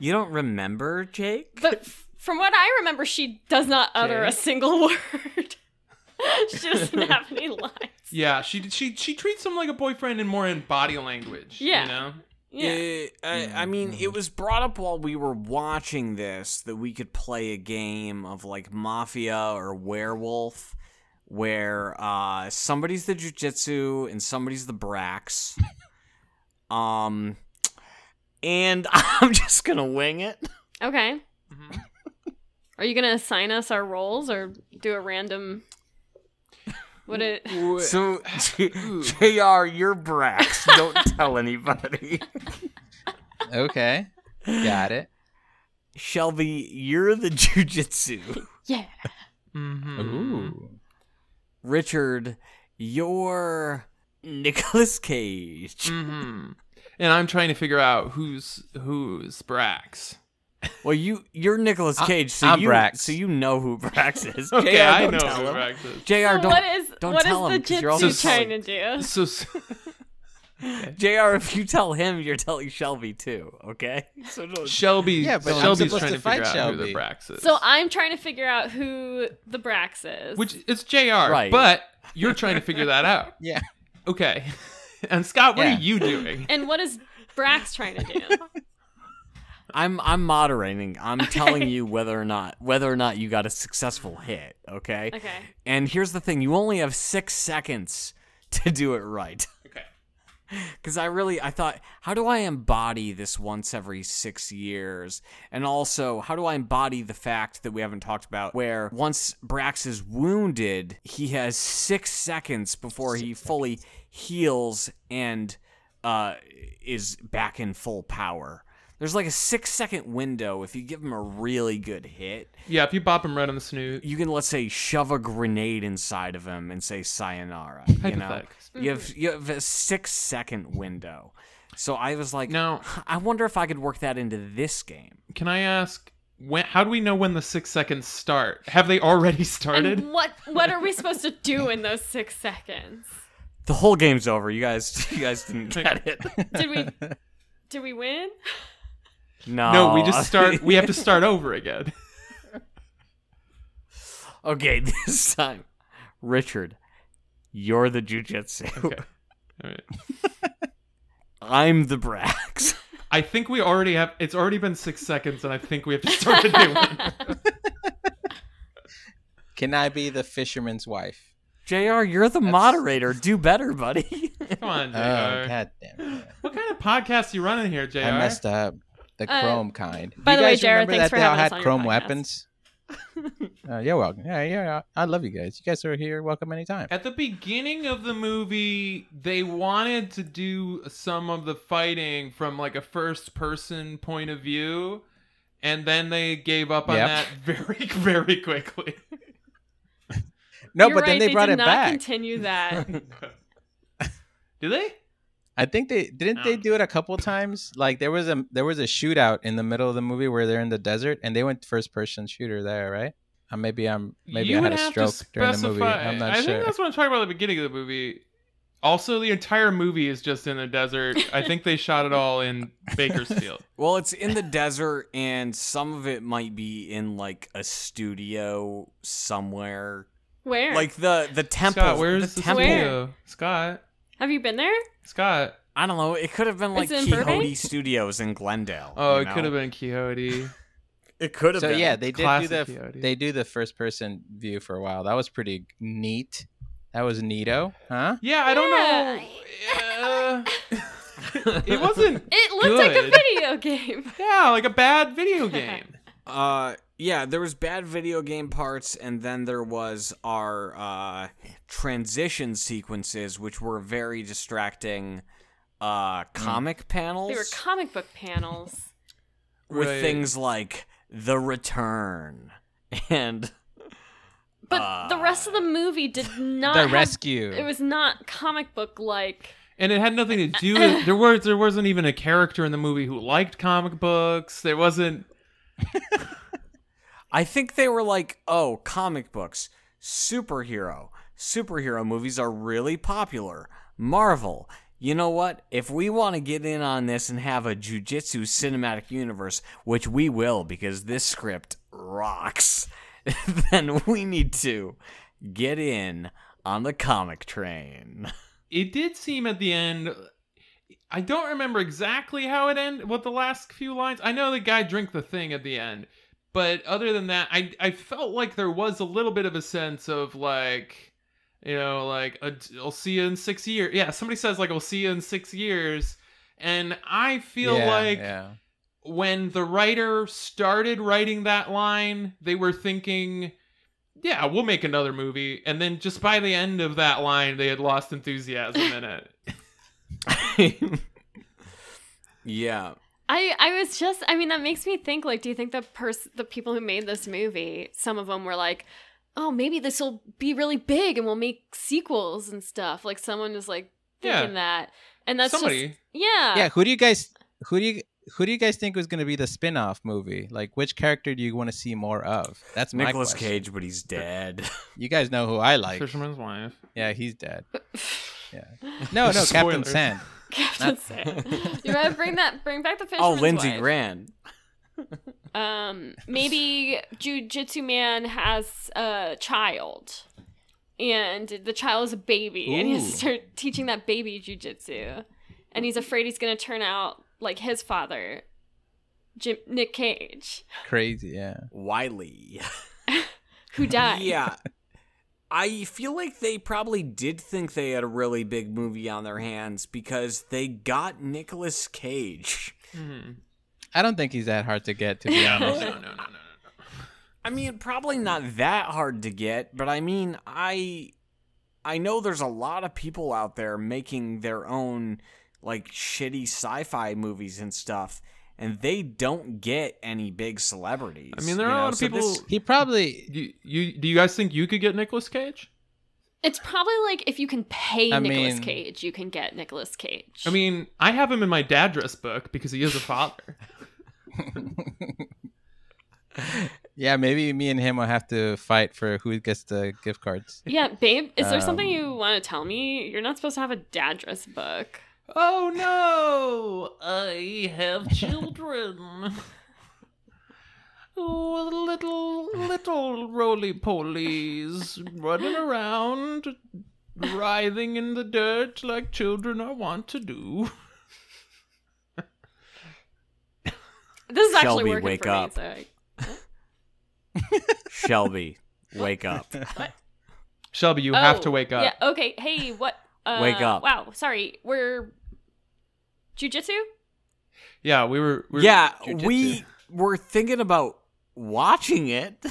you don't remember, Jake? But f- from what I remember, she does not utter a Okay. single single word. she doesn't have any lines. Yeah, she she she treats him like a boyfriend and more in body language. Yeah. you know. Yeah. Uh, I, I mean, it was brought up while we were watching this that we could play a game of like mafia or werewolf where uh, somebody's the jujitsu and somebody's the brax. um, and I'm just gonna wing it. Okay. Mm-hmm. Are you gonna assign us our roles or do a random? What it? So, J- Jr., you're Brax. Don't tell anybody. Okay. Got it. Shelby, you're the jujitsu. Yeah. Mm-hmm. Hmm. Ooh. Richard, you're Nicholas Cage. Mm-hmm. And I'm trying to figure out who's who's Brax. Well, you you're Nicholas Cage, so I'm you Brax. so you know who Brax is. Okay, JR, I don't know tell who him. Brax is. Jr. So Don't what is don't what is tell him the 'cause gypsy you're also trying to do? So, so Jr. If you tell him, you're telling Shelby too. Okay. So don't. Shelby, Yeah, but I'm Shelby's supposed trying to to figure fight out who the Shelby. Brax is. So I'm trying to figure out who the Brax is. which it's Jr. Right. But you're trying to figure that out. Yeah. Okay. And Scott, what Yeah. are you doing? and what is Brax trying to do? I'm I'm moderating. I'm telling you whether or not whether or not you got a successful hit. Okay. Okay. And here's the thing: you only have six seconds to do it right. Okay. Because I really I thought, how do I embody this once every six years? And also, how do I embody the fact that we haven't talked about where once Brax is wounded, he has six seconds before he fully heals and uh, is back in full power. There's like a six second window if you give him a really good hit Yeah, if you bop him right on the snoot. you can let's say shove a grenade inside of him and say sayonara. You know, Hypotheticals. you have you have a six second window. So I was like, Now- I wonder if I could work that into this game. Can I ask when? How do we know when the six seconds start? Have they already started? And what what are we supposed to do in those six seconds? The whole game's over. You guys, you guys didn't get it. Did we did we win? No, no, we just start. We have to start over again. okay, this time, Richard, you're the jujitsu. Okay. All right. I'm the Brax. I think we already have. It's already been six seconds, and I think we have to start a new one. Can I be the fisherman's wife? Jr., you're the moderator. Do better, buddy. Come on, Jr. Oh, god damn it. What kind of podcast you running here, Jr? I messed up. The Uh, chrome kind. by you the way, guys Jared, remember that thanks for they all having us had on your chrome podcast. weapons? uh, you're welcome. Yeah, yeah, I love you guys. You guys are here. Welcome Uh, anytime. At the beginning of the movie, they wanted to do some of the fighting from like a first person point of view, and then they gave up on Yep. that very, very quickly. No, You're but then right, they, brought did it not back. Continue that. Do they? I think they didn't they do it a couple times. Like there was a there was a shootout in the middle of the movie where they're in the desert and they went first person shooter there, right? Uh, maybe I'm maybe you I would had a have stroke to during the movie. specify- I'm not I sure. think that's what I'm talking about at the beginning of the movie. Also, the entire movie is just in the desert. I think they shot it all in Bakersfield. Well, it's in the desert, and some of it might be in like a studio somewhere, Where? like the the temple. Scott, where's the, the temple? Where? studio? Scott, have you been there? Scott. I don't know. It could have been like Is it in Quixote Burbank? Studios in Glendale. Oh, you it know? could have been Quixote. It could have so been. yeah, they did do Classic the Coyote. they do the first person view for a while. That was pretty neat. That was neato, huh? Yeah, I don't know. Uh, it wasn't. It looked like Good. a video game. Yeah, like a bad video game. Uh, yeah, there was bad video game parts, and then there was our uh, transition sequences, which were very distracting. Uh, Mm. comic panels They were comic book panels. with Right. things like the return and. But the rest of the Ah. movie did not The have- rescue. It was not comic book like. And it had nothing to do with there were there wasn't even a character in the movie who liked comic books. There wasn't I think they were like, oh, comic books, superhero. Superhero movies are really popular. Marvel. You know what? If we want to get in on this and have a jujitsu cinematic universe, which we will because this script rocks, then we need to get in on the comic train. it did seem at the end I don't remember exactly how it ended what the last few lines. I know the guy drank the thing at the end. But other than that, I I felt like there was a little bit of a sense of like you know, like i I'll see you in 6 years. Yeah, somebody says like I'll see you in 6 years And I feel Yeah, like yeah. when the writer started writing that line, they were thinking, yeah, we'll make another movie. And then just by the end of that line, they had lost enthusiasm in it. yeah. I I was just I mean that makes me think like do you think the pers- the people who made this movie some of them were like oh maybe this will be really big and we'll make sequels and stuff like someone was like Yeah. thinking that and that's Somebody. just yeah yeah who do you guys who do you who do you guys think was going to be the spin-off movie like which character do you want to see more of that's my Nicholas question. Cage, but he's dead. you guys know who i like Fisherman's Wife. yeah he's dead yeah no no captain Spoilers. sand Captain Sam. you want to bring that bring back the fish oh, Lindsey Grand. um maybe jujitsu man has a child and the child is a baby and he has Ooh. to start teaching that baby jujitsu and he's afraid he's gonna turn out like his father Jim, nick cage crazy yeah Wiley. who died Yeah. I feel like they probably did think they had a really big movie on their hands because they got Nicolas Cage. Mhm. i don't think he's that hard to get to be honest No, no, no, no, no. I mean, probably not that hard to get, but I mean, I I know there's a lot of people out there making their own like shitty sci-fi movies and stuff, and they don't get any big celebrities. I mean, there you are a know? lot of So people. this- he probably you, you, do you guys think you could get Nicolas Cage? it's probably like if you can pay I Nicolas mean- cage you can get Nicolas cage I mean, I have him in my dad dress book because he is a father. yeah maybe me and him will have to fight for who gets the gift cards yeah babe is there something Um, you want to tell me you're not supposed to have a dad dress book oh no! I have children. Oh, little little roly polies running around, writhing in the dirt like children are wont to do. this is actually Shelby, working wake for up. me so I- Shelby, wake up. Shelby, you have Oh, to wake up. Yeah. Okay. Hey, what? Uh, Wake up. Wow. Sorry. We're jujitsu. Yeah, we were. We were yeah, jujitsu. we were thinking about watching it.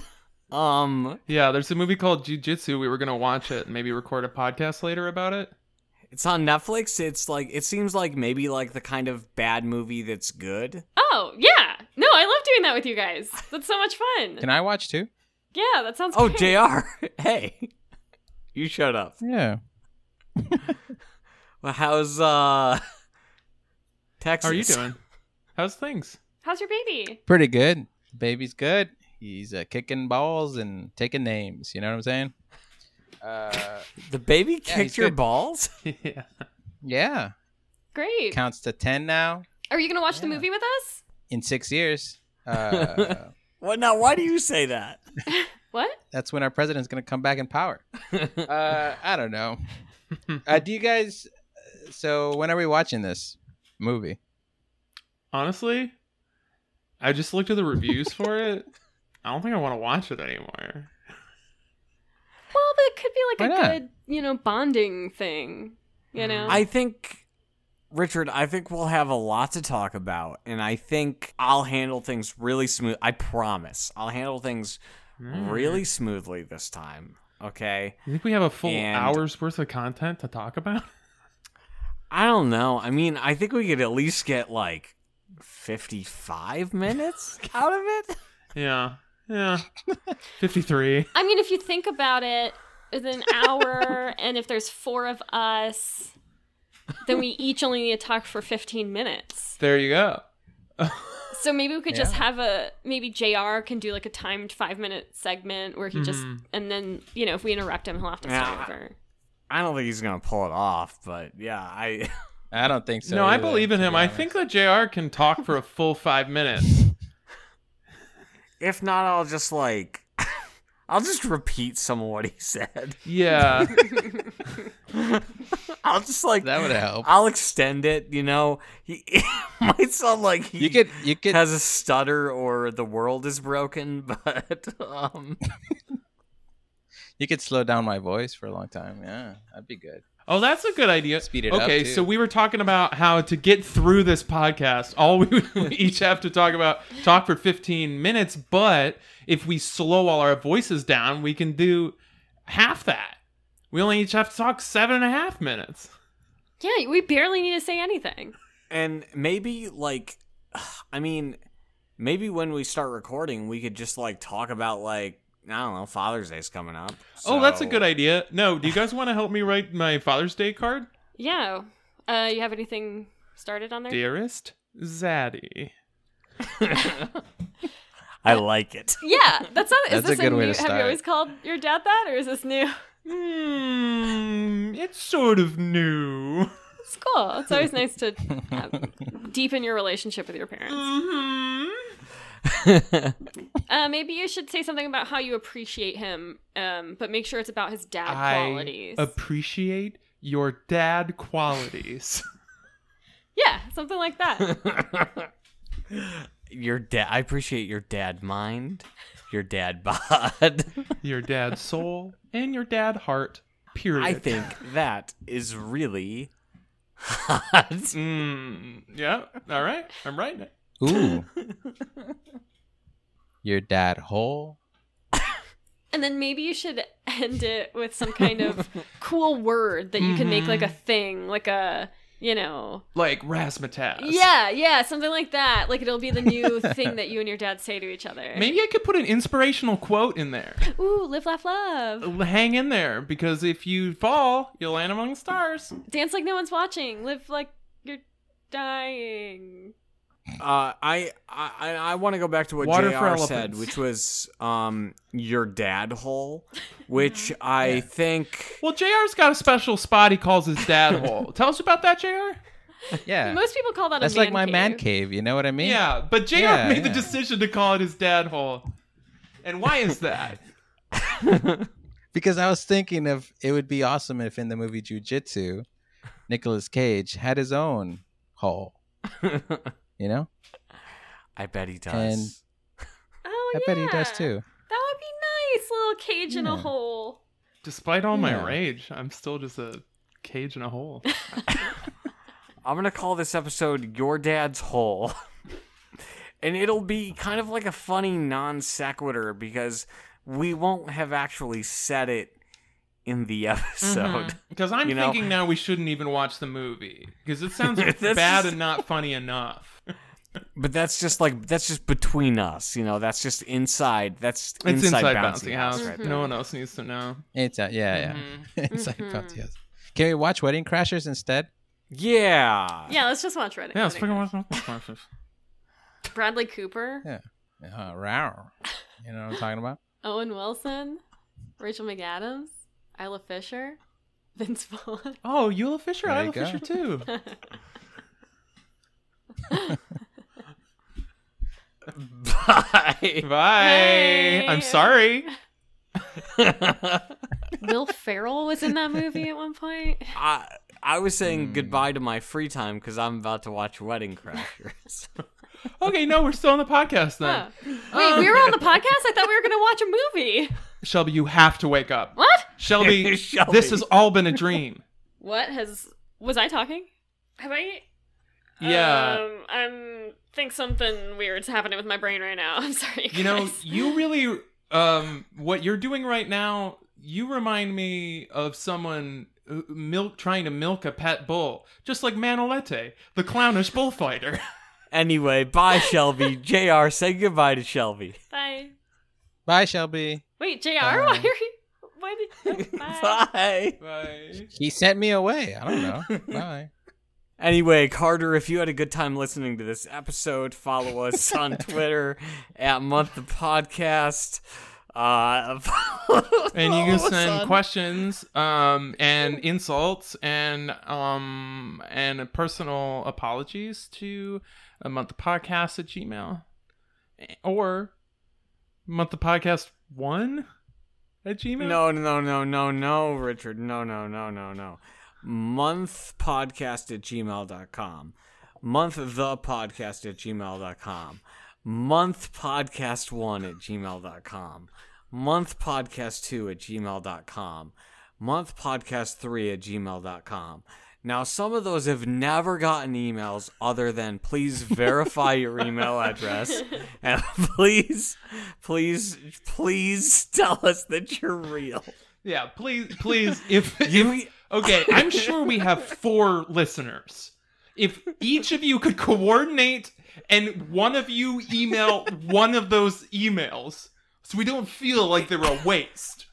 Um, yeah. There's a movie called Jujitsu. We were gonna watch it and maybe record a podcast later about it. it's on Netflix. It's like it seems like maybe like the kind of bad movie that's good. Oh yeah. No, I love doing that with you guys. That's so much fun. can i watch too yeah, that sounds. Oh, great. JR. Hey. You shut up. yeah Well, how's uh Texas? How are you doing? How's things? How's your baby? pretty good baby's good he's uh, kicking balls and taking names you know what i'm saying uh The baby Yeah, kicked he's your good. balls? yeah. yeah Great. counts to 10 now Are you gonna watch the Yeah. movie with us? in six years uh, Well, now why do you say that? What? that's when our president's going to come back in power uh, i don't know uh, do you guys so when are we watching this movie Honestly, I just looked at the reviews for it. I don't think I want to watch it anymore. Well, but it could be like Why a not? good, you know, bonding thing. You know. Oh. I think Richard, I think we'll have a lot to talk about and I think I'll handle things really smooth. I promise. I'll handle things really Mm. smoothly this time. Okay? Hmm. You think we have a full And- hour's worth of content to talk about? I don't know. I mean, I think we could at least get like 55 minutes out of it. Yeah. Yeah. 53. I mean, if you think about it, it's an hour, and if there's four of us, then we each only need to talk for 15 minutes. There you go. So maybe we could just Yeah. have a maybe JR can do like a timed five minute segment where he just Mm-hmm. Mhm. and then you know if we interrupt him he'll have to Yeah. start over. I don't think he's gonna pull it off, but yeah, I i don't think so no, I either, believe in to him. be I honest. think that JR can talk for a full five minutes. if not, I'll just like I'll just repeat some of what he said. Yeah. I'll just like that would help I'll extend it, you know. He it might sound like he you could you could has a stutter or the world is broken, but um you could slow down my voice for a long time yeah that'd be good Oh, that's a good idea. Speed it up, okay, too. so we were talking about how to get through this podcast. All we would each have to talk about talk for 15 minutes, but if we slow all our voices down, we can do half that. We only each have to talk seven and a half minutes. Yeah, we barely need to say anything. And maybe like I mean maybe when we start recording we could just like talk about like I don't know, Father's Day's coming up. Oh, that's a so- good idea. No, do you guys want to help me write my Father's Day card? Yeah. Uh, you have anything started on there? Dearest Zaddy. I like it. Yeah, that's not. That's is this a good way new, to Have start. you always called your dad that, or is this new? Hmm, it's sort of new. It's cool. It's always nice to uh, deepen your relationship with your parents. hmm Uh, maybe you should say something about how you appreciate him, um, but make sure it's about his dad qualities. I appreciate your dad qualities. yeah, something like that. your dad I appreciate your dad mind, your dad bod. your dad soul and your dad heart. Period. I think that is really hot. Mm, yeah. All right. I'm writing it. Ooh. Your dad hole. and then maybe you should end it with some kind of cool word that you can make like a Mm-hmm. thing, like a you know, Like razzmatazz. yeah, yeah, something like that. Like it'll be the new thing that you and your dad say to each other. Maybe I could put an inspirational quote in there. Ooh, live, laugh, Oh. love. Hang in there, because if you fall, you'll land among the stars. Dance like no one's watching. Live like you're dying. Uh, I I I want to go back to what Water for JR said, elephants. which was um your dad hole, which I think Well, JR's got a special spot he calls his dad hole. Tell us about that, JR. Yeah. Most people call that That's a man like my man cave. cave. You know what I mean? Yeah, but JR Yeah, made the yeah. decision to call it his dad hole. And why is that? Because I was thinking of it would be awesome if in the movie Jujitsu, Nicolas Cage had his own hole. You know? I bet he does. And- Oh, I yeah. bet he does too. That would be nice. Little cage in a Yeah. hole. Despite all my Yeah. rage, I'm still just a cage in a hole. I'm gonna call this episode "Your Dad's Hole," and it'll be kind of like a funny non sequitur because we won't have actually said it in the episode. Because I'm You know- thinking now we shouldn't even watch the movie because it sounds That's bad just- and not funny enough. But that's just like that's just between us, you know. That's just inside. That's It's inside, inside, Bouncing House. right No one else needs to know. It's uh, yeah, yeah. Mm-hmm. it's Mm-hmm. like bouncy house. Can we watch Wedding Crashers instead? Yeah. Yeah, let's just watch Reddit. Yeah, let's Reddit. fucking watch it. Bradley Cooper, Yeah. Uh, rawr. You know what I'm talking about? Owen Wilson, Rachel McAdams, Isla Fisher, Vince Vaughn. Oh, Eula Fisher, There Isla you go. Fisher too. Bye. Bye. Hey. I'm sorry. Will Ferrell was in that movie at one point. I I was Hmm. saying goodbye to my free time because I'm about to watch Wedding Crashers. Okay, no, we're still on the podcast then. Oh. Wait, Um, we were on the podcast? I thought we were going to watch a movie. Shelby, you have to wake up. What? Shelby, Shelby. this has all been a dream. What has. Was I talking? Have I. Yeah. Um, I'm. Think something weird's happening with my brain right now. I'm sorry. you know, guys. you really um what you're doing right now, you remind me of someone who- milk trying to milk a pet bull, just like Manolete, the clownish bullfighter. anyway, bye Shelby. Jr. Say goodbye to Shelby. Bye. Bye, Shelby. Wait, JR, Um, Bye. why are you. Why did. oh, Bye. Bye. Bye. He sent me away. I don't know. Bye. Anyway, Carter, if you had a good time listening to this episode, follow us on Twitter at Month the Podcast. Uh, And you follow can us send on- questions, um, and insults, and um, and personal apologies to a month podcast at Gmail, or month the podcast one at Gmail. No, no, no, no, no, Richard. No, no, no, no, no. Monthpodcast at gmail.com. Month the podcast at gmail.com. Month podcast one at gmail.com. Month podcast two at gmail.com. monthpodcast3 at gmail.com. Now, some of those have never gotten emails other than please verify your email address and please, please, please tell us that you're real. Yeah, please, please, if, if You, okay, I'm sure we have four listeners. If each of you could coordinate and one of you email one of those emails, so we don't feel like they're a waste.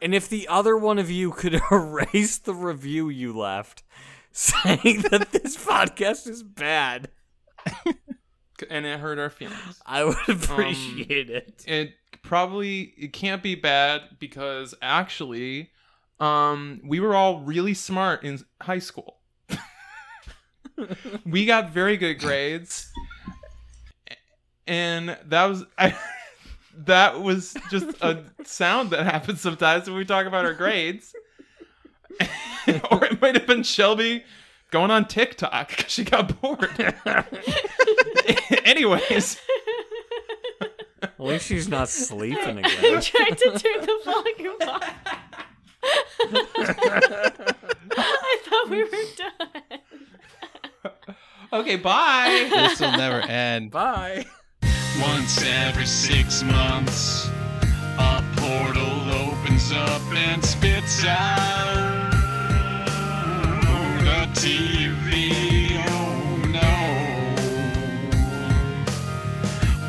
And if the other one of you could erase the review you left saying that this podcast is bad, And it hurt our feelings. I would appreciate it. It probably it can't be bad because actually, um, we were all really smart in high school. we got very good grades, and that was I. That was just a sound that happens sometimes when we talk about our grades. or it might have been Shelby going on TikTok because she got bored. Anyways, At least she's not sleeping I again. tried to turn the volume off. I thought we were done. okay, bye. This will never end. Bye. Once every six months, a portal opens up and spits out a TV. Oh no.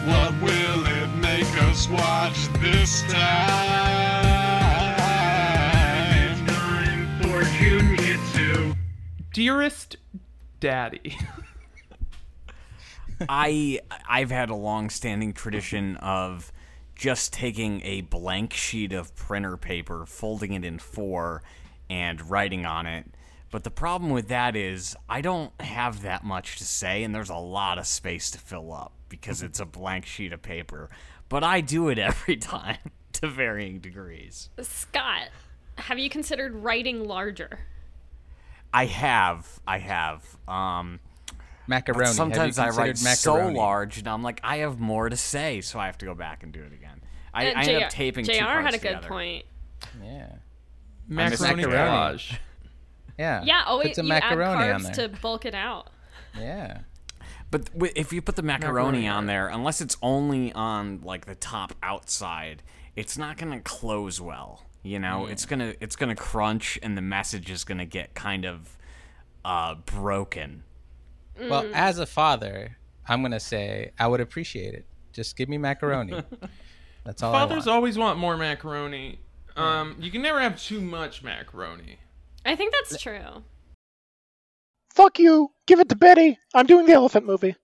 What will it make us watch this time? Time for Junior 2. Dearest Daddy. I I've had a long-standing tradition of just taking a blank sheet of printer paper, folding it in four, and writing on it. But the problem with that is I don't have that much to say, and there's a lot of space to fill up because it's a blank sheet of paper. But I do it every time to varying degrees. Scott, have you considered writing larger? I have, I have. Um, Macaroni. Have you sometimes I considered write macaroni? so large, and I'm like, I have more to say, so I have to go back and do it again. I, Uh, I end JR up taping. JR two parts had a good together. point. Yeah. miss Macaroni macaroni. collage. Yeah. Yeah, Put always some you add macaroni on carbs there. to bulk it out. Yeah. But w- if you put the macaroni, Macaroni. on there, unless it's only on like the top outside, it's not gonna close well. You know, Mm. it's gonna it's gonna crunch, and the message is gonna get kind of uh, broken. Mm. Well, as a father, I'm gonna say I would appreciate it. Just give me macaroni. That's all Fathers Oh, I want. always want more macaroni. Um, you can never have too much macaroni. I think that's true. Fuck you. Give it to Betty. I'm doing the elephant movie.